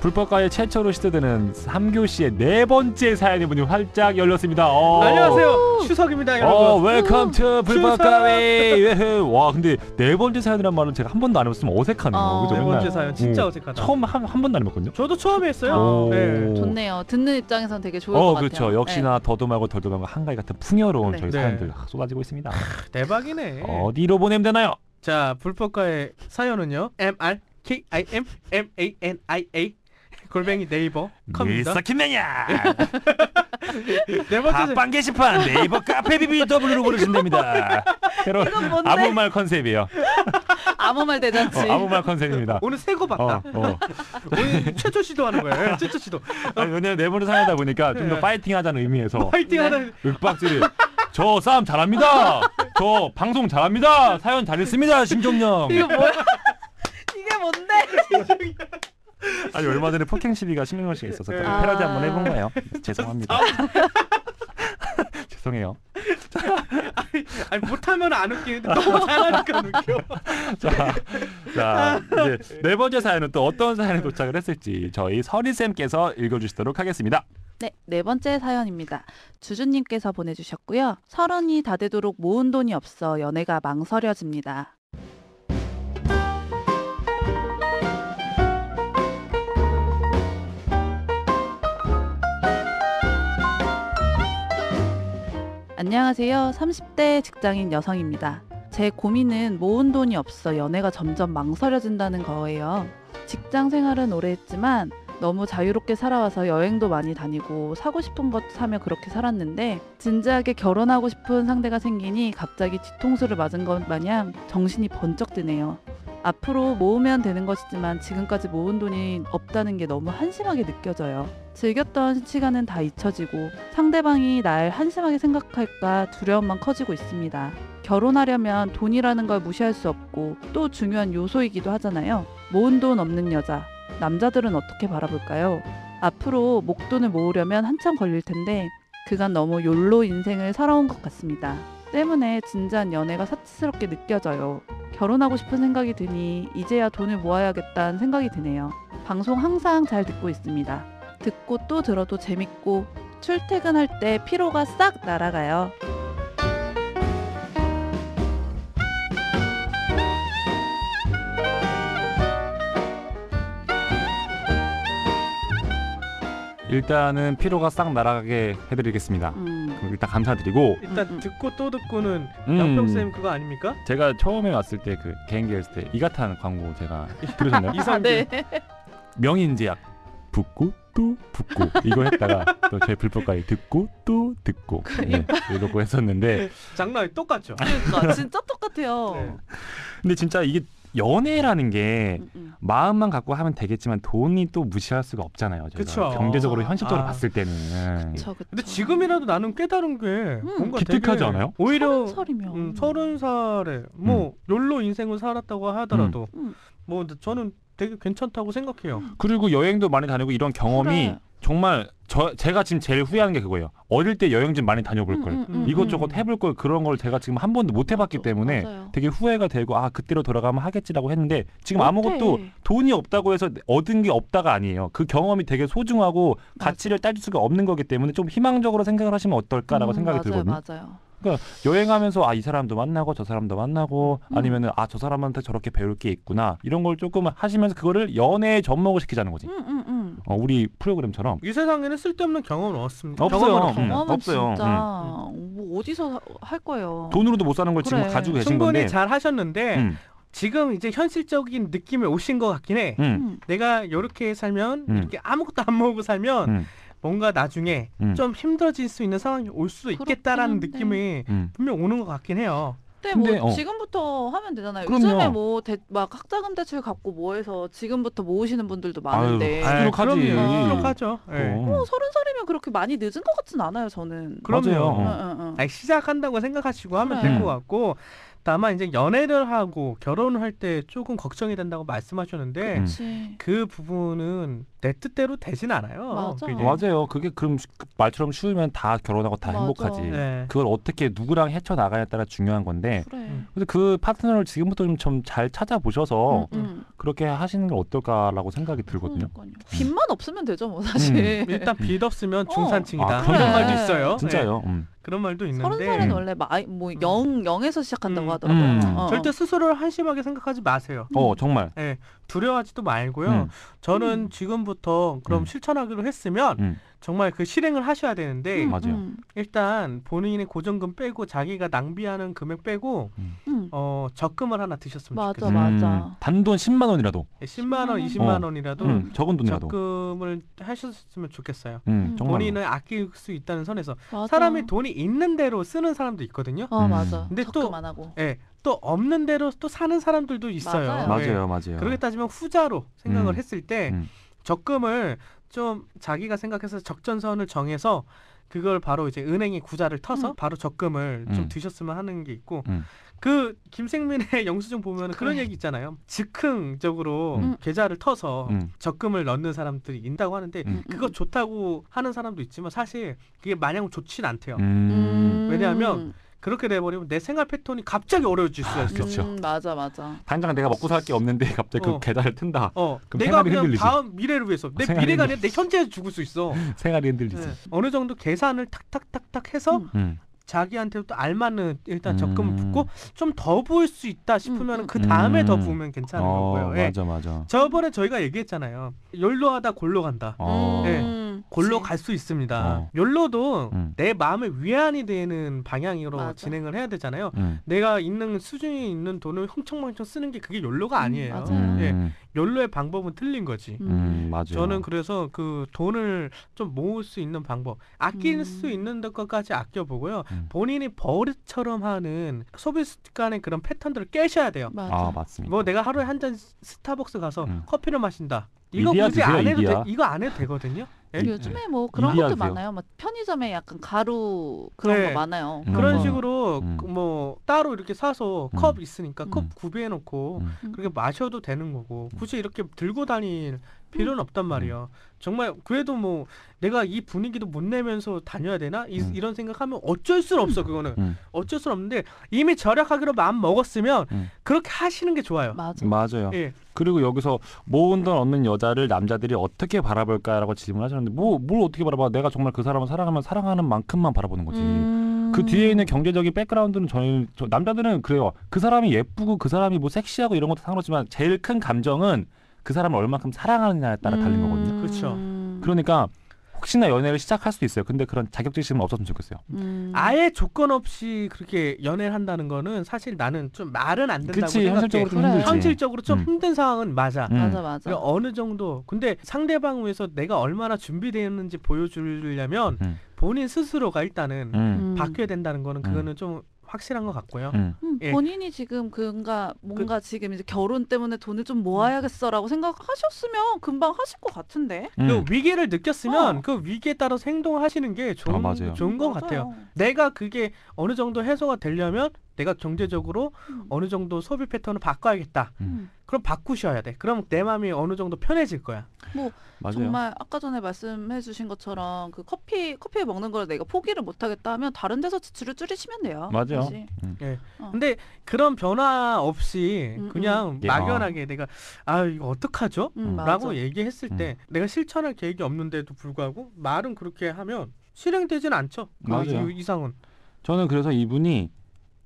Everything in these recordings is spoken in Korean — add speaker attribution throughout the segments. Speaker 1: 불법가에 최초로 시도되는 삼교 씨의 네 번째 사연이 문이 활짝 열렸습니다. 어.
Speaker 2: 안녕하세요. 추석입니다,
Speaker 1: 어,
Speaker 2: 여러분. 음,
Speaker 1: 웰컴 투 불법가위. 와, 근데 네 번째 사연이란 말은 제가 한 번도 안 해봤으면 어색하네요.
Speaker 3: 어.
Speaker 1: 그죠?
Speaker 2: 네
Speaker 1: 맨날.
Speaker 2: 번째 사연 진짜
Speaker 1: 어,
Speaker 2: 어색하다.
Speaker 1: 처음 한, 한 번도 안 해봤거든요.
Speaker 2: 저도 처음에 했어요.
Speaker 1: 오.
Speaker 2: 네.
Speaker 3: 좋네요. 듣는 입장에선 되게 좋을 것
Speaker 1: 어,
Speaker 3: 같아요.
Speaker 1: 그렇죠. 역시나 더도 말고 덜도 말고 한가위 같은 풍요로운
Speaker 3: 네.
Speaker 1: 저희
Speaker 2: 네.
Speaker 1: 사연들 쏟아지고 있습니다.
Speaker 2: 대박이네.
Speaker 1: 어디로 보내면 되나요?
Speaker 2: 자, 불법가의 사연은요. M R K I M M A N I A 골뱅이 네이버 컴입니다.
Speaker 1: 밀사킴맨이야.
Speaker 2: 네 번째 사-
Speaker 1: 팟빵 게시판 네이버 카페 BBW로 보내주시면 됩니다. 새로운
Speaker 3: 네. 이건 뭔데? 네.
Speaker 1: 아무 말 컨셉이에요.
Speaker 3: 아무 말 대잔치.
Speaker 1: 어, 아무 말 컨셉입니다.
Speaker 2: 오늘 새거
Speaker 1: 어,
Speaker 2: 봤다.
Speaker 1: 어.
Speaker 2: 오늘 최초 시도하는 거예요. 최초 시도.
Speaker 1: 아니, 왜냐면 네 번을 사하다 보니까 좀 더
Speaker 2: 네.
Speaker 1: 파이팅 하자는 의미에서
Speaker 2: 파이팅
Speaker 3: 네.
Speaker 2: 하는
Speaker 1: 윽박질이 저 싸움 잘합니다. 저 방송 잘합니다. 사연 잘했습니다. 신종령.
Speaker 3: 이거 뭐야? 이게 뭔데?
Speaker 1: 아니 얼마 전에 폭행 시비가 신명령 씨가 있어서 그
Speaker 2: 아.
Speaker 1: 패러디 한번 해본 거예요. 죄송합니다. 죄송해요.
Speaker 2: 아니 못하면 안 웃기는데 너무 잘하니까 웃겨.
Speaker 1: 자, 자 이제 네 번째 사연은 또 어떤 사연에 도착을 했을지 저희 서리 쌤께서 읽어주시도록 하겠습니다.
Speaker 3: 네, 네 번째 사연입니다. 주주님께서 보내주셨고요. 서른이 다 되도록 모은 돈이 없어 연애가 망설여집니다. 안녕하세요. 30대 직장인 여성입니다. 제 고민은 모은 돈이 없어 연애가 점점 망설여진다는 거예요. 직장 생활은 오래 했지만 너무 자유롭게 살아와서 여행도 많이 다니고 사고 싶은 것 사며 그렇게 살았는데 진지하게 결혼하고 싶은 상대가 생기니 갑자기 뒤통수를 맞은 것 마냥 정신이 번쩍 드네요. 앞으로 모으면 되는 것이지만 지금까지 모은 돈이 없다는 게 너무 한심하게 느껴져요. 즐겼던 시간은 다 잊혀지고 상대방이 날 한심하게 생각할까 두려움만 커지고 있습니다. 결혼하려면 돈이라는 걸 무시할 수 없고 또 중요한 요소이기도 하잖아요. 모은 돈 없는 여자, 남자들은 어떻게 바라볼까요? 앞으로 목돈을 모으려면 한참 걸릴 텐데 그간 너무 욜로 인생을 살아온 것 같습니다. 때문에 진지한 연애가 사치스럽게 느껴져요. 결혼하고 싶은 생각이 드니 이제야 돈을 모아야겠다는 생각이 드네요. 방송 항상 잘 듣고 있습니다. 듣고 또 들어도 재밌고 출퇴근할 때 피로가 싹 날아가요.
Speaker 1: 일단은 피로가 싹 날아가게 해드리겠습니다.
Speaker 3: 음.
Speaker 1: 그럼 일단 감사드리고
Speaker 2: 일단
Speaker 3: 음, 음.
Speaker 2: 듣고 또 듣고는
Speaker 1: 음,
Speaker 2: 양평 쌤 그거 아닙니까?
Speaker 1: 제가 처음에 왔을 때 그 개인기 했을 때 이가탄 광고 제가 들으셨나요?
Speaker 3: 아,
Speaker 2: 이상
Speaker 3: 네.
Speaker 1: 명인제약 붙고 또 붙고 이거 했다가 또 저희 불법까지 듣고 또 듣고 네, 이러고 했었는데
Speaker 2: 장난이 똑같죠.
Speaker 3: 그러니까 진짜 똑같아요.
Speaker 2: 네.
Speaker 1: 근데 진짜 이게 연애라는 게
Speaker 3: 음, 음.
Speaker 1: 마음만 갖고 하면 되겠지만 돈이 또 무시할 수가 없잖아요. 저희가
Speaker 2: 그쵸.
Speaker 1: 경제적으로 현실적으로
Speaker 2: 아.
Speaker 1: 봤을 때는
Speaker 3: 그쵸, 그쵸.
Speaker 2: 근데 지금이라도 나는 깨달은 게
Speaker 3: 음.
Speaker 2: 뭔가
Speaker 1: 기특하지
Speaker 2: 되게
Speaker 1: 않아요? 음.
Speaker 2: 오히려
Speaker 3: 서른이면.
Speaker 2: 음, 서른 살에 뭐 욜로 인생을 살았다고 하더라도
Speaker 3: 음.
Speaker 2: 뭐 근데 저는 되게 괜찮다고 생각해요.
Speaker 1: 그리고 여행도 많이 다니고 이런 경험이
Speaker 3: 그래.
Speaker 1: 정말 저 제가 지금 제일 후회하는 게 그거예요. 어릴 때 여행 좀 많이 다녀볼 걸.
Speaker 3: 음, 음, 음, 어,
Speaker 1: 이것저것 해볼 걸 그런 걸 제가 지금 한 번도 못 해봤기 때문에
Speaker 3: 맞아요.
Speaker 1: 되게 후회가 되고 아 그때로 돌아가면 하겠지라고 했는데 지금
Speaker 3: 못해.
Speaker 1: 아무것도 돈이 없다고 해서 얻은 게 없다가 아니에요. 그 경험이 되게 소중하고
Speaker 3: 맞아.
Speaker 1: 가치를 따질 수가 없는 거기 때문에 좀 희망적으로 생각을 하시면 어떨까라고
Speaker 3: 음,
Speaker 1: 생각이
Speaker 3: 맞아요,
Speaker 1: 들거든요.
Speaker 3: 맞아요.
Speaker 1: 여행하면서 아 이 사람도 만나고 저 사람도 만나고
Speaker 3: 음.
Speaker 1: 아니면은 아 저 사람한테 저렇게 배울 게 있구나 이런 걸 조금 하시면서 그거를 연애에 접목을 시키자는 거지.
Speaker 3: 음, 음, 음.
Speaker 1: 어, 우리 프로그램처럼
Speaker 2: 이 세상에는 쓸데없는 경험은 없습니다.
Speaker 1: 없어요.
Speaker 2: 경험은
Speaker 1: 음,
Speaker 3: 경험은
Speaker 1: 없어요.
Speaker 3: 진짜 뭐 어디서 하- 할 거예요.
Speaker 1: 돈으로도 못 사는 걸 지금
Speaker 3: 그래.
Speaker 1: 네, 가지고 계신
Speaker 2: 충분히
Speaker 1: 건데.
Speaker 2: 잘 하셨는데
Speaker 1: 음,
Speaker 2: 지금 이제 현실적인 느낌에 오신 것 같긴 해.
Speaker 1: 음,
Speaker 3: 음.
Speaker 2: 내가 이렇게 살면
Speaker 1: 음.
Speaker 2: 이렇게 아무것도 안 먹고 살면
Speaker 1: 음.
Speaker 2: 뭔가 나중에
Speaker 1: 음.
Speaker 2: 좀 힘들어질 수 있는 상황이 올 수도
Speaker 3: 그렇긴
Speaker 2: 있겠다라는
Speaker 3: 한데.
Speaker 2: 느낌이
Speaker 1: 음.
Speaker 2: 분명 오는 것 같긴 해요.
Speaker 3: 근데
Speaker 1: 근데,
Speaker 3: 뭐
Speaker 1: 어.
Speaker 3: 지금부터 하면 되잖아요.
Speaker 1: 그럼요.
Speaker 3: 요즘에 뭐 막 학자금 대출 갖고 뭐 해서 지금부터 모으시는 분들도 많은데
Speaker 1: 아유, 아유. 부족하지.
Speaker 2: 네, 그럼요. 부족하죠. 예.
Speaker 1: 어.
Speaker 3: 뭐 서른 살이면 그렇게 많이 늦은 것 같진 않아요. 저는.
Speaker 2: 그럼요.
Speaker 1: 맞아요. 어.
Speaker 3: 응, 응, 응.
Speaker 2: 아니, 시작한다고 생각하시고 하면
Speaker 3: 그래.
Speaker 2: 될 것 같고 다만 이제 연애를 하고 결혼을 할 때 조금 걱정이 된다고 말씀하셨는데
Speaker 1: 음.
Speaker 3: 그치.
Speaker 2: 그 부분은 내 뜻대로 되진 않아요.
Speaker 3: 맞아.
Speaker 2: 그게.
Speaker 1: 맞아요. 그게 그럼 쉬- 그 말처럼 쉬우면 다 결혼하고 다
Speaker 3: 맞아.
Speaker 1: 행복하지.
Speaker 2: 네.
Speaker 1: 그걸 어떻게 누구랑 헤쳐 나가냐에 따라 중요한 건데.
Speaker 3: 그래.
Speaker 2: 음.
Speaker 1: 근데 그 파트너를 지금부터 좀 잘 찾아보셔서
Speaker 3: 음, 음.
Speaker 1: 그렇게 하시는 게 어떨까라고 생각이 들거든요. 음.
Speaker 3: 그러니까요. 빚만 없으면 되죠, 뭐 사실.
Speaker 2: 일단 빚 없으면
Speaker 3: 어.
Speaker 2: 중산층이다.
Speaker 1: 아,
Speaker 2: 그런
Speaker 1: 그러네.
Speaker 2: 말도 있어요. 네,
Speaker 1: 진짜요. 음.
Speaker 2: 그런 말도
Speaker 3: 서른
Speaker 2: 있는데
Speaker 3: 살은
Speaker 1: 음.
Speaker 3: 원래 마이 뭐
Speaker 2: 음.
Speaker 3: 영 영에서 시작한다고
Speaker 2: 음.
Speaker 3: 하더라고요.
Speaker 1: 음.
Speaker 3: 어.
Speaker 2: 절대 스스로를 한심하게 생각하지 마세요.
Speaker 1: 어 정말.
Speaker 2: 두려워하지도 말고요.
Speaker 1: 음.
Speaker 2: 저는
Speaker 3: 음.
Speaker 2: 지금부터 그럼
Speaker 1: 음.
Speaker 2: 실천하기로 했으면
Speaker 1: 음.
Speaker 2: 정말 그 실행을 하셔야 되는데
Speaker 1: 음. 맞아요.
Speaker 3: 음.
Speaker 2: 일단 본인의 고정금 빼고 자기가 낭비하는 금액 빼고
Speaker 3: 음.
Speaker 2: 어 적금을 하나 드셨으면
Speaker 3: 맞아,
Speaker 2: 좋겠어요.
Speaker 3: 맞아.
Speaker 1: 음. 단돈 10만 원이라도.
Speaker 2: 10만 원,
Speaker 1: 10만
Speaker 2: 20만 원이라도
Speaker 1: 음, 적은 돈이라도.
Speaker 2: 적금을 하셨으면 좋겠어요.
Speaker 1: 음, 정말.
Speaker 2: 본인을 아낄 수 있다는 선에서
Speaker 3: 맞아.
Speaker 2: 사람이 돈이 있는 대로 쓰는 사람도 있거든요.
Speaker 3: 어
Speaker 1: 음.
Speaker 3: 맞아.
Speaker 2: 근데 또-
Speaker 3: 적금 안 하고.
Speaker 2: 예, 또 없는 대로 또 사는 사람들도 있어요.
Speaker 3: 맞아요.
Speaker 2: 예.
Speaker 1: 맞아요, 맞아요.
Speaker 2: 그렇게 따지면 후자로
Speaker 1: 음.
Speaker 2: 생각을 했을 때
Speaker 1: 음.
Speaker 2: 적금을 좀 자기가 생각해서 적전선을 정해서 그걸 바로 이제 은행에 구자를 터서
Speaker 3: 음.
Speaker 2: 바로 적금을 좀
Speaker 1: 음.
Speaker 2: 드셨으면 하는 게 있고
Speaker 1: 음.
Speaker 2: 그 김생민의 영수증 보면 그런
Speaker 3: 그래.
Speaker 2: 얘기 있잖아요. 즉흥적으로
Speaker 3: 음.
Speaker 2: 계좌를 터서
Speaker 1: 음.
Speaker 2: 적금을 넣는 사람들이 있다고 하는데
Speaker 1: 음.
Speaker 2: 그거 좋다고 하는 사람도 있지만 사실 그게 마냥 좋진 않대요.
Speaker 1: 음.
Speaker 2: 왜냐하면 그렇게 돼버리면 내 생활 패턴이 갑자기 어려워질 수가 있어.
Speaker 1: 그렇죠.
Speaker 3: 음, 맞아 맞아.
Speaker 1: 당장 내가 먹고 살 게 없는데 갑자기
Speaker 2: 어.
Speaker 1: 그 계좌를 튼다.
Speaker 2: 어,
Speaker 1: 그럼
Speaker 2: 내가
Speaker 1: 생활이
Speaker 2: 그냥
Speaker 1: 흔들리지.
Speaker 2: 다음 미래를 위해서 내
Speaker 1: 생활이
Speaker 2: 미래가 아니라 내 현재에 죽을 수 있어.
Speaker 1: 생활이 흔들리지.
Speaker 2: 네. 어느 정도 계산을 탁탁탁탁 해서
Speaker 3: 음.
Speaker 1: 음.
Speaker 2: 자기한테도 또 알맞는 일단
Speaker 1: 음.
Speaker 2: 적금을 붓고 좀 더 부을 수 있다 싶으면
Speaker 3: 음,
Speaker 2: 그 다음에
Speaker 1: 음.
Speaker 2: 더 부으면 괜찮은
Speaker 1: 어,
Speaker 2: 거고요. 예.
Speaker 1: 맞아, 맞아.
Speaker 2: 저번에 저희가 얘기했잖아요. 욜로하다 골로 간다.
Speaker 1: 어.
Speaker 2: 예.
Speaker 3: 음.
Speaker 2: 골로
Speaker 3: 그치.
Speaker 2: 갈 수 있습니다.
Speaker 1: 어.
Speaker 2: 욜로도
Speaker 1: 음.
Speaker 2: 내 마음의 위안이 되는 방향으로
Speaker 3: 맞아.
Speaker 2: 진행을 해야 되잖아요.
Speaker 1: 음.
Speaker 2: 내가 있는 수준이 있는 돈을 흥청망청 쓰는 게 그게 욜로가
Speaker 3: 음,
Speaker 2: 아니에요.
Speaker 3: 맞아요.
Speaker 1: 음.
Speaker 2: 예.
Speaker 1: 음,
Speaker 2: 욜로의 방법은 틀린 거지.
Speaker 3: 음.
Speaker 1: 맞아요.
Speaker 2: 저는 그래서 그 돈을 좀 모을 수 있는 방법, 아낄
Speaker 3: 음.
Speaker 2: 수 있는 것까지 아껴보고요.
Speaker 1: 음.
Speaker 2: 본인이 버릇처럼 하는 소비 습관의 그런 패턴들을 깨셔야 돼요.
Speaker 3: 맞아.
Speaker 1: 아, 맞습니다.
Speaker 2: 뭐 내가 하루에 한 잔 스타벅스 가서
Speaker 1: 음.
Speaker 2: 커피를 마신다. 이거
Speaker 1: 이디야
Speaker 2: 굳이 안
Speaker 1: 드세요,
Speaker 2: 해도
Speaker 1: 이디야.
Speaker 2: 돼, 이거 안 해도 되거든요. 예?
Speaker 3: 요즘에 뭐 그런
Speaker 1: 네. 이해하세요.
Speaker 3: 것도 많아요. 막 편의점에 약간 가루 그런
Speaker 2: 네.
Speaker 3: 거 많아요.
Speaker 1: 음.
Speaker 2: 그런
Speaker 1: 어.
Speaker 2: 식으로
Speaker 1: 음.
Speaker 2: 그뭐 따로 이렇게 사서
Speaker 1: 음.
Speaker 2: 컵 있으니까 컵
Speaker 1: 음.
Speaker 2: 구비해 놓고
Speaker 1: 음.
Speaker 2: 그렇게 마셔도 되는 거고 굳이 이렇게 들고 다닐 필요는 없단 말이에요. 정말 그래도 뭐 내가 이 분위기도 못 내면서 다녀야 되나 이,
Speaker 1: 음.
Speaker 2: 런 생각하면 어쩔 수는 없어 그거는
Speaker 1: 음.
Speaker 2: 어쩔 수는 없는데 이미 절약하기로 마음 먹었으면
Speaker 1: 음. 그렇죠.
Speaker 2: 그렇게 하시는 게 좋아요.
Speaker 3: 맞아.
Speaker 1: 맞아요.
Speaker 2: 예,
Speaker 1: 그리고 여기서 모은 돈 얻는 여자를 남자들이 어떻게 바라볼까라고 질문하셨는데 뭐, 뭘 어떻게 바라봐? 내가 정말 그 사람을 사랑하면 사랑하는 만큼만 바라보는 거지.
Speaker 3: 음.
Speaker 1: 그 뒤에 있는 경제적인 백그라운드는 저희 저, 남자들은 그래요. 그 사람이 예쁘고 그 사람이 뭐 섹시하고 이런 것도 상관없지만 제일 큰 감정은 그 사람을 얼만큼 사랑하느냐에 따라 달린 거거든요.
Speaker 3: 음.
Speaker 2: 그렇죠.
Speaker 1: 그러니까 혹시나 연애를 시작할 수도 있어요. 근데 그런 자격지심은 없었으면 좋겠어요.
Speaker 3: 음.
Speaker 2: 아예 조건 없이 그렇게 연애를 한다는 거는 사실 나는 좀 말은 안 된다고
Speaker 1: 그치
Speaker 2: 생각해.
Speaker 1: 현실적으로 좀
Speaker 3: 그래.
Speaker 1: 힘들지.
Speaker 2: 현실적으로 좀
Speaker 1: 음.
Speaker 2: 힘든 상황은 맞아.
Speaker 1: 음.
Speaker 3: 맞아 맞아.
Speaker 2: 그러니까 어느 정도 근데 상대방 위해서 내가 얼마나 준비되었는지 보여주려면
Speaker 1: 음.
Speaker 2: 본인 스스로가 일단은
Speaker 1: 음.
Speaker 3: 음.
Speaker 2: 바뀌어야 된다는 거는
Speaker 1: 음.
Speaker 2: 그거는 좀 확실한 것 같고요.
Speaker 1: 음.
Speaker 3: 음,
Speaker 2: 예.
Speaker 3: 본인이 지금 그가 뭔가 지금 이제 결혼 때문에 돈을 좀 모아야겠어라고 생각하셨으면 금방 하실 것 같은데.
Speaker 1: 음.
Speaker 2: 그 위기를 느꼈으면
Speaker 3: 어.
Speaker 2: 그 위기에 따라서 행동하시는 게 좋은
Speaker 1: 아, 맞아요.
Speaker 2: 좋은 것
Speaker 3: 맞아요.
Speaker 2: 같아요. 내가 그게 어느 정도 해소가 되려면 내가 경제적으로
Speaker 3: 음.
Speaker 2: 어느 정도 소비 패턴을 바꿔야겠다.
Speaker 3: 음.
Speaker 2: 그럼 바꾸셔야 돼. 그럼 내 마음이 어느 정도 편해질 거야.
Speaker 1: 맞아요.
Speaker 3: 정말 아까 전에 말씀해주신 것처럼 그 커피 커피 먹는 걸 내가 포기를 못하겠다 하면 다른 데서 지출을 줄이시면 돼요.
Speaker 1: 맞아요.
Speaker 3: 사실.
Speaker 2: 근데 그런 변화 없이
Speaker 3: 어. 음, 음.
Speaker 2: 그냥
Speaker 1: 예.
Speaker 2: 막연하게 내가 아 이거 어떡하죠?
Speaker 3: 음, 맞아.
Speaker 2: 라고 얘기했을 때
Speaker 1: 음.
Speaker 2: 내가 실천할 계획이 없는데도 불구하고 말은 그렇게 하면 실행되진 않죠. 그
Speaker 1: 맞아요.
Speaker 2: 이상은.
Speaker 1: 저는 그래서 이분이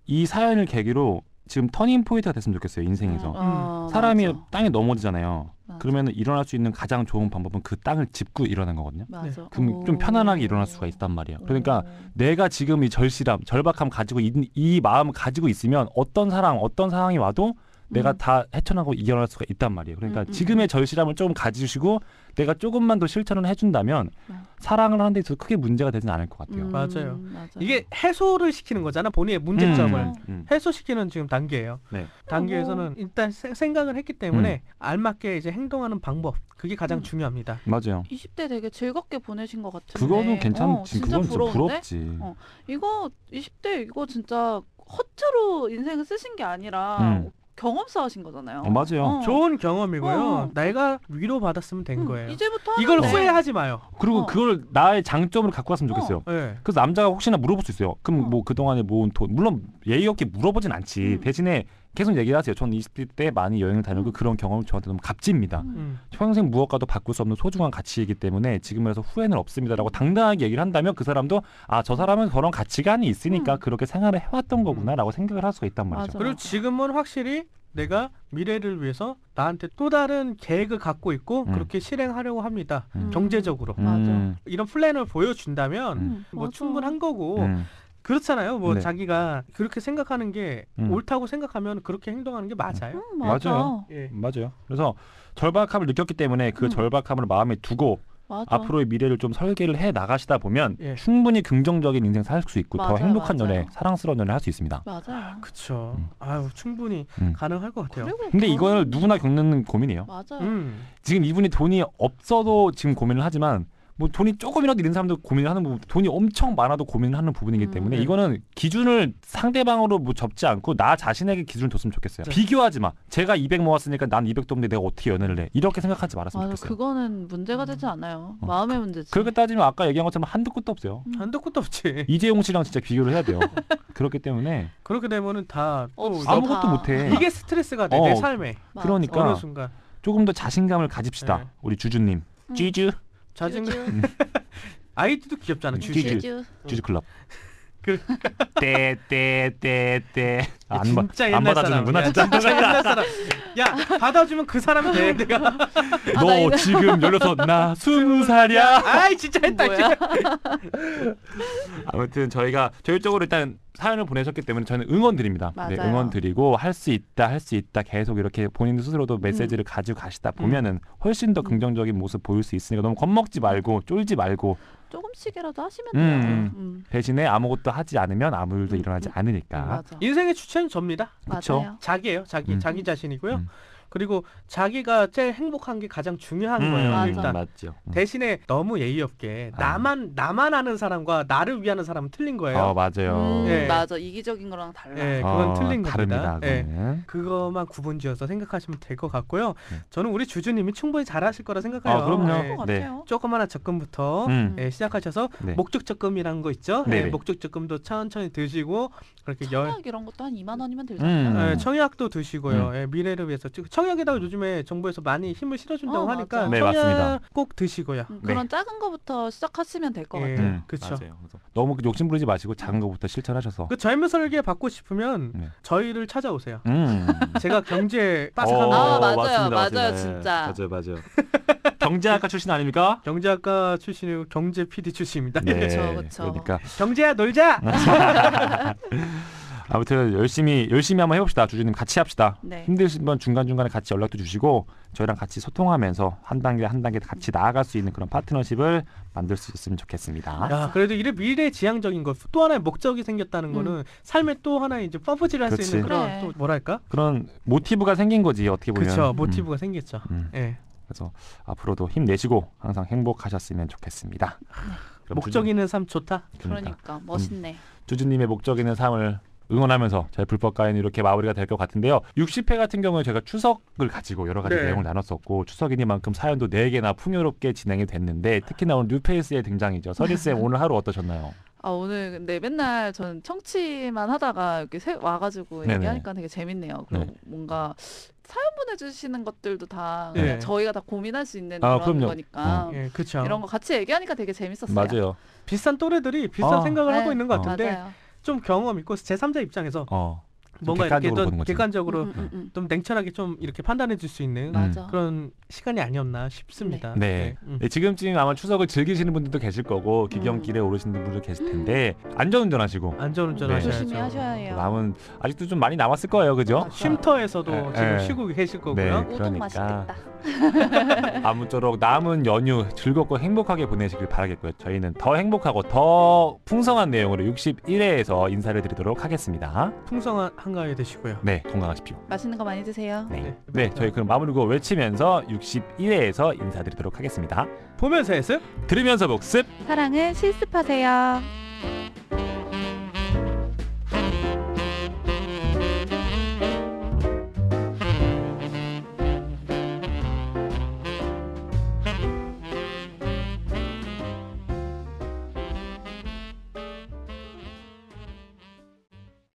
Speaker 1: 이 사연을 계기로 지금 터닝 포인트가 됐으면 좋겠어요 인생에서. 음.
Speaker 3: 어,
Speaker 1: 사람이
Speaker 3: 맞아.
Speaker 1: 땅에 넘어지잖아요.
Speaker 3: 맞아.
Speaker 1: 그러면 일어날 수 있는 가장 좋은 방법은 그 땅을 짚고 일어나는 거거든요.
Speaker 3: 맞아.
Speaker 1: 그럼
Speaker 3: 오.
Speaker 1: 네, 좀 편안하게 일어날 수가 있단 말이에요. 그러니까 내가 지금 이 절실함, 절박함 가지고 이, 이 마음 가지고 있으면 어떤 사랑, 어떤 상황이 와도 내가
Speaker 3: 음.
Speaker 1: 다 헤쳐나가고 이겨낼 수가 있단 말이에요. 그러니까
Speaker 3: 음, 음,
Speaker 1: 지금의 절실함을 조금 가지시고 내가 조금만 더 실천을 해준다면
Speaker 3: 음.
Speaker 1: 사랑을 하는 데 있어서 크게 문제가 되진 않을 것 같아요.
Speaker 3: 음,
Speaker 2: 맞아요.
Speaker 3: 맞아.
Speaker 2: 이게 해소를 시키는 거잖아. 본인의 문제점을.
Speaker 3: 음.
Speaker 2: 해소시키는 지금 단계예요.
Speaker 1: 네. 음.
Speaker 2: 단계에서는 일단 세- 생각을 했기 때문에 알맞게 이제 행동하는 방법 그게 가장
Speaker 3: 음.
Speaker 2: 중요합니다.
Speaker 1: 맞아요.
Speaker 3: 20대 되게 즐겁게 보내신 것 같은데.
Speaker 1: 그거는
Speaker 3: 어,
Speaker 1: 괜찮지.
Speaker 3: 진짜
Speaker 1: 그건 진짜
Speaker 3: 부러운데?
Speaker 1: 부럽지.
Speaker 3: 어. 이거 20대 이거 진짜 허투루 인생을 쓰신 게 아니라
Speaker 1: 음.
Speaker 3: 경험 쌓으신 거잖아요.
Speaker 1: 어, 맞아요.
Speaker 3: 어.
Speaker 2: 좋은 경험이고요.
Speaker 3: 어.
Speaker 2: 내가 위로 받았으면 된
Speaker 3: 음,
Speaker 2: 거예요.
Speaker 3: 이제부터
Speaker 2: 이걸
Speaker 3: 하면 돼.
Speaker 2: 후회하지 마요.
Speaker 1: 그리고
Speaker 3: 어.
Speaker 1: 그걸 나의 장점으로 갖고 왔으면 좋겠어요.
Speaker 2: 예.
Speaker 1: 그래서 남자가 혹시나 물어볼 수 있어요. 그럼
Speaker 3: 어.
Speaker 1: 뭐 그동안에 모은 돈 물론 예의 없게 물어보진 않지.
Speaker 3: 음.
Speaker 1: 대신에 계속 얘기를 하세요. 저는 20대 때 많이 여행을 다니고
Speaker 3: 음.
Speaker 1: 그런 경험을 저한테 너무 값집니다.
Speaker 3: 음.
Speaker 2: 음.
Speaker 1: 평생 무엇과도 바꿀 수 없는 소중한 가치이기 때문에 지금이라서 후회는 없습니다라고 당당하게 얘기를 한다면 그 사람도 아 저 사람은 그런 가치관이 있으니까
Speaker 3: 음.
Speaker 1: 그렇게 생활을 해왔던 거구나라고 생각을 할 수가 있단 말이죠.
Speaker 3: 맞아.
Speaker 2: 그리고 지금은 확실히 내가 미래를 위해서 나한테 또 다른 계획을 갖고 있고
Speaker 1: 음.
Speaker 2: 그렇게 실행하려고 합니다.
Speaker 1: 음.
Speaker 2: 경제적으로
Speaker 1: 음,
Speaker 2: 이런 플랜을 보여준다면
Speaker 1: 음.
Speaker 2: 뭐
Speaker 3: 맞아.
Speaker 2: 충분한
Speaker 3: 어.
Speaker 2: 거고
Speaker 1: 음.
Speaker 2: 그렇잖아요. 뭐
Speaker 1: 네.
Speaker 2: 자기가 그렇게 생각하는 게
Speaker 1: 음.
Speaker 2: 옳다고 생각하면 그렇게 행동하는 게 맞아요.
Speaker 3: 음, 맞아.
Speaker 1: 맞아요.
Speaker 2: 예.
Speaker 1: 맞아요. 그래서 절박함을 느꼈기 때문에 그
Speaker 3: 음.
Speaker 1: 절박함을 마음에 두고
Speaker 3: 맞아.
Speaker 1: 앞으로의 미래를 좀 설계를 해 나가시다 보면
Speaker 2: 예.
Speaker 1: 충분히 긍정적인 인생 살 수 있고 더
Speaker 3: 맞아요,
Speaker 1: 행복한
Speaker 3: 맞아요.
Speaker 1: 연애, 사랑스러운 연애 를 할 수 있습니다.
Speaker 3: 맞아요.
Speaker 2: 그쵸.
Speaker 1: 음.
Speaker 2: 아유 충분히
Speaker 1: 음.
Speaker 2: 가능할 것 같아요.
Speaker 3: 그리고
Speaker 1: 근데
Speaker 3: 결혼-
Speaker 1: 이거를 누구나 겪는 고민이에요.
Speaker 3: 맞아요.
Speaker 2: 음.
Speaker 1: 지금 이분이 돈이 없어도 지금 고민을 하지만 뭐 돈이 조금이라도 있는 사람도 고민을 하는 부분, 돈이 엄청 많아도 고민을 하는 부분이기
Speaker 3: 음.
Speaker 1: 때문에
Speaker 2: 네.
Speaker 1: 이거는 기준을 상대방으로 뭐 접지 않고 나 자신에게 기준을 줬으면 좋겠어요.
Speaker 2: 네.
Speaker 1: 비교하지 마. 제가 200 모았으니까 난 200도 없는데 내가 어떻게 연애를 해? 이렇게 생각하지 말았으면
Speaker 3: 맞아.
Speaker 1: 좋겠어요.
Speaker 3: 그거는 문제가 되지 않아요.
Speaker 1: 어.
Speaker 3: 마음의 문제지.
Speaker 1: 그렇게 따지면 아까 얘기한 것처럼 한두 끝도 없어요.
Speaker 3: 음.
Speaker 2: 한도 끝도 없지.
Speaker 1: 이재용 씨랑 진짜 비교를 해야 돼요. 그렇기 때문에
Speaker 2: 그렇게 되면은 다 또
Speaker 3: 없어,
Speaker 1: 아무것도
Speaker 3: 다.
Speaker 1: 못해.
Speaker 2: 이게 스트레스가 돼 내
Speaker 1: 네. 어.
Speaker 2: 삶에
Speaker 3: 맞아.
Speaker 1: 그러니까.
Speaker 2: 어느 순간
Speaker 1: 조금 더 자신감을 가집시다.
Speaker 2: 네.
Speaker 1: 우리 주주님.
Speaker 3: 음.
Speaker 1: 쥐주
Speaker 2: 자신감
Speaker 3: 쭈쭈,
Speaker 2: 아이디도 귀엽잖아.
Speaker 1: 음.
Speaker 2: 주주.
Speaker 1: 쥐쥐.
Speaker 3: 쭈쭈.
Speaker 1: 쥐주 클럽.
Speaker 2: 그-
Speaker 1: 떼떼떼떼 아, 안, 받-
Speaker 2: 진짜
Speaker 1: 안
Speaker 2: 옛날
Speaker 1: 받아주는구나
Speaker 2: 사람. 야,
Speaker 1: 진짜.
Speaker 2: 옛날 사람. 야 받아주면 그 사람 돼 내가.
Speaker 3: 아, 나 이거-
Speaker 1: 지금 열여섯 나 스무 살이야.
Speaker 2: 아이 진짜 했다.
Speaker 3: 뭐야?
Speaker 1: 아무튼 저희가 저희적으로 일단 사연을 보내셨기 때문에 저는 응원 드립니다. 네,
Speaker 3: 맞아요.
Speaker 1: 응원 드리고 할 수 있다, 할 수 있다 계속 이렇게 본인 스스로도 메시지를 가지고 가시다 보면은 훨씬 더
Speaker 3: 음.
Speaker 1: 긍정적인 모습 보일 수 있으니까 너무 겁먹지 말고 쫄지 말고
Speaker 3: 조금씩이라도 하시면
Speaker 1: 음,
Speaker 3: 돼요. 음.
Speaker 1: 대신에 아무것도 하지 않으면 아무 일도
Speaker 3: 음,
Speaker 1: 일어나지
Speaker 3: 음.
Speaker 1: 않으니까.
Speaker 3: 맞아.
Speaker 2: 인생의 주체는 접니다.
Speaker 1: 그쵸?
Speaker 3: 맞아요.
Speaker 2: 자기예요. 자기
Speaker 1: 음.
Speaker 2: 자기 자신이고요.
Speaker 1: 음.
Speaker 2: 그리고 자기가 제일 행복한 게 가장 중요한 거예요.
Speaker 3: 음, 맞아.
Speaker 2: 일단
Speaker 1: 음, 맞죠. 음.
Speaker 2: 대신에 너무 예의 없게
Speaker 1: 아.
Speaker 2: 나만 나만 아는 사람과 나를 위하는 사람은 틀린 거예요.
Speaker 1: 어, 맞아요.
Speaker 3: 음,
Speaker 2: 예.
Speaker 3: 맞아. 이기적인 거랑 달라.
Speaker 2: 예, 그건
Speaker 1: 어,
Speaker 2: 틀린
Speaker 1: 다릅니다.
Speaker 2: 겁니다. 예.
Speaker 1: 그거는.
Speaker 2: 그거만 구분지어서 생각하시면 될 것 같고요.
Speaker 1: 네.
Speaker 2: 저는 우리 주주님이 충분히 잘하실 거라 생각해요.
Speaker 1: 아, 그럼요.
Speaker 3: 그럴
Speaker 2: 예.
Speaker 3: 것
Speaker 1: 네.
Speaker 3: 같아요.
Speaker 2: 조그마한 접근부터
Speaker 1: 음.
Speaker 2: 예, 시작하셔서
Speaker 1: 네.
Speaker 2: 목적 적금이라는 거 있죠.
Speaker 1: 네네.
Speaker 2: 예, 목적 적금도 천천히 드시고 그렇게 여,
Speaker 3: 청약 이런 것도 한 2만 원이면
Speaker 1: 네. 음.
Speaker 3: 되잖아요.
Speaker 2: 예, 청약도 드시고요. 예, 미래를 위해서 즉, 청약에다가 요즘에 정부에서 많이 힘을 실어준다고
Speaker 3: 어,
Speaker 2: 하니까
Speaker 3: 맞아.
Speaker 1: 네,
Speaker 2: 청약
Speaker 1: 맞습니다.
Speaker 2: 꼭 드시고요.
Speaker 1: 네.
Speaker 3: 음, 그런 작은 거부터 시작하시면 될 것
Speaker 2: 예.
Speaker 3: 같아요.
Speaker 1: 음.
Speaker 2: 그쵸.
Speaker 1: 맞아요. 그래서 너무 욕심 부리지 마시고 작은 것부터 실천하셔서.
Speaker 2: 그 젊은 설계 받고 싶으면
Speaker 1: 네.
Speaker 2: 저희를 찾아오세요.
Speaker 1: 음.
Speaker 2: 제가 경제 빠삭한
Speaker 1: 어,
Speaker 3: 아,
Speaker 2: 거
Speaker 3: 맞아요. 맞아요,
Speaker 1: 예.
Speaker 3: 진짜.
Speaker 1: 맞아요, 맞아요. 경제학과 출신 아닙니까?
Speaker 2: 경제학과 출신이고 경제 PD 출신입니다.
Speaker 3: 그쵸, 그쵸.
Speaker 1: 네, 그러니까
Speaker 2: 경제야 놀자.
Speaker 1: 네. 아무튼 열심히 열심히 한번 해봅시다. 주주님 같이 합시다.
Speaker 3: 네.
Speaker 1: 힘드시면 중간 중간에 같이 연락도 주시고 저희랑 같이 소통하면서 한 단계 한 단계 같이 나아갈 수 있는 그런 파트너십을 만들 수 있으면 좋겠습니다.
Speaker 2: 야, 그래도 이래 미래지향적인 것, 또 하나의 목적이 생겼다는
Speaker 3: 음. 네.
Speaker 2: 거는 삶의 또 하나의 이제 퍼포즈를 할 수
Speaker 1: 그치.
Speaker 2: 있는 그런
Speaker 3: 그래.
Speaker 2: 또 뭐랄까?
Speaker 1: 그런 모티브가 생긴 거지 어떻게 보면.
Speaker 2: 그쵸,
Speaker 1: 음.
Speaker 2: 모티브가 생겼죠.
Speaker 1: 음.
Speaker 2: 예.
Speaker 1: 그래서 앞으로도 힘내시고 항상 행복하셨으면 좋겠습니다. 그럼
Speaker 2: 네. 목적 있는 삶 좋다.
Speaker 1: 주주- 그러니까.
Speaker 3: 그러니까 멋있네.
Speaker 1: 주주님의 목적 있는 삶을 응원하면서 저희 불법가인 이렇게 마무리가 될 것 같은데요. 60회 같은 경우에 제가 추석을 가지고 여러 가지
Speaker 2: 네.
Speaker 1: 내용을 나눴었고 추석이니만큼 사연도 4개나 풍요롭게 진행이 됐는데 특히나 오늘 뉴페이스의 등장이죠. 서리쌤 오늘 하루 어떠셨나요?
Speaker 3: 아 오늘 근데 맨날 저는 청취만 하다가 이렇게 새 와가지고
Speaker 1: 네네.
Speaker 3: 얘기하니까 되게 재밌네요. 그리고
Speaker 1: 네.
Speaker 3: 뭔가 사연 보내주시는 것들도 다
Speaker 2: 네.
Speaker 3: 그냥 저희가 다 고민할 수 있는
Speaker 1: 아,
Speaker 3: 그런
Speaker 1: 그럼요.
Speaker 3: 거니까
Speaker 2: 예, 그쵸.
Speaker 3: 어. 이런 거 같이 얘기하니까 되게 재밌었어요.
Speaker 1: 맞아요.
Speaker 2: 비싼 또래들이 비싼
Speaker 1: 아.
Speaker 2: 생각을
Speaker 3: 네.
Speaker 2: 하고 있는 것
Speaker 1: 어.
Speaker 2: 같은데
Speaker 3: 맞아요.
Speaker 2: 좀 경험 있고 제3자 입장에서
Speaker 1: 어.
Speaker 2: 뭔가 이렇게
Speaker 1: 객관적으로 보는
Speaker 2: 좀
Speaker 1: 거지.
Speaker 2: 객관적으로
Speaker 3: 음, 음, 음.
Speaker 2: 좀 냉철하게 좀 이렇게 판단해 줄 수 있는
Speaker 3: 맞아.
Speaker 1: 음,
Speaker 2: 그런 시간이 아니었나 싶습니다.
Speaker 1: 네.
Speaker 2: 음.
Speaker 1: 네, 지금쯤 아마 추석을 즐기시는 분들도 계실 거고
Speaker 3: 음.
Speaker 1: 귀경길에 오르시는 분들 계실 텐데 안전운전하시고
Speaker 2: 안전운전
Speaker 1: 네.
Speaker 2: 하셔야죠.
Speaker 3: 조심히 하셔야
Speaker 1: 또
Speaker 3: 해요.
Speaker 1: 남은 아직도 좀 많이 남았을 거예요, 그죠?
Speaker 3: 맞아요.
Speaker 2: 쉼터에서도
Speaker 1: 네.
Speaker 2: 지금
Speaker 1: 네.
Speaker 2: 쉬고 계실 거고요.
Speaker 1: 네.
Speaker 3: 우동
Speaker 1: 그러니까.
Speaker 3: 맛있겠다.
Speaker 1: 아무쪼록 남은 연휴 즐겁고 행복하게 보내시길 바라겠고요. 저희는 더 행복하고 더 풍성한 내용으로 61회에서 인사를 드리도록 하겠습니다.
Speaker 2: 풍성한 한가위 되시고요.
Speaker 1: 네, 건강하십시오.
Speaker 3: 맛있는 거 많이 드세요.
Speaker 1: 네, 네 저희 그럼 마무리고 외치면서 61회에서 인사드리도록 하겠습니다.
Speaker 2: 보면서 했어요?
Speaker 1: 들으면서 복습!
Speaker 3: 사랑을 실습하세요.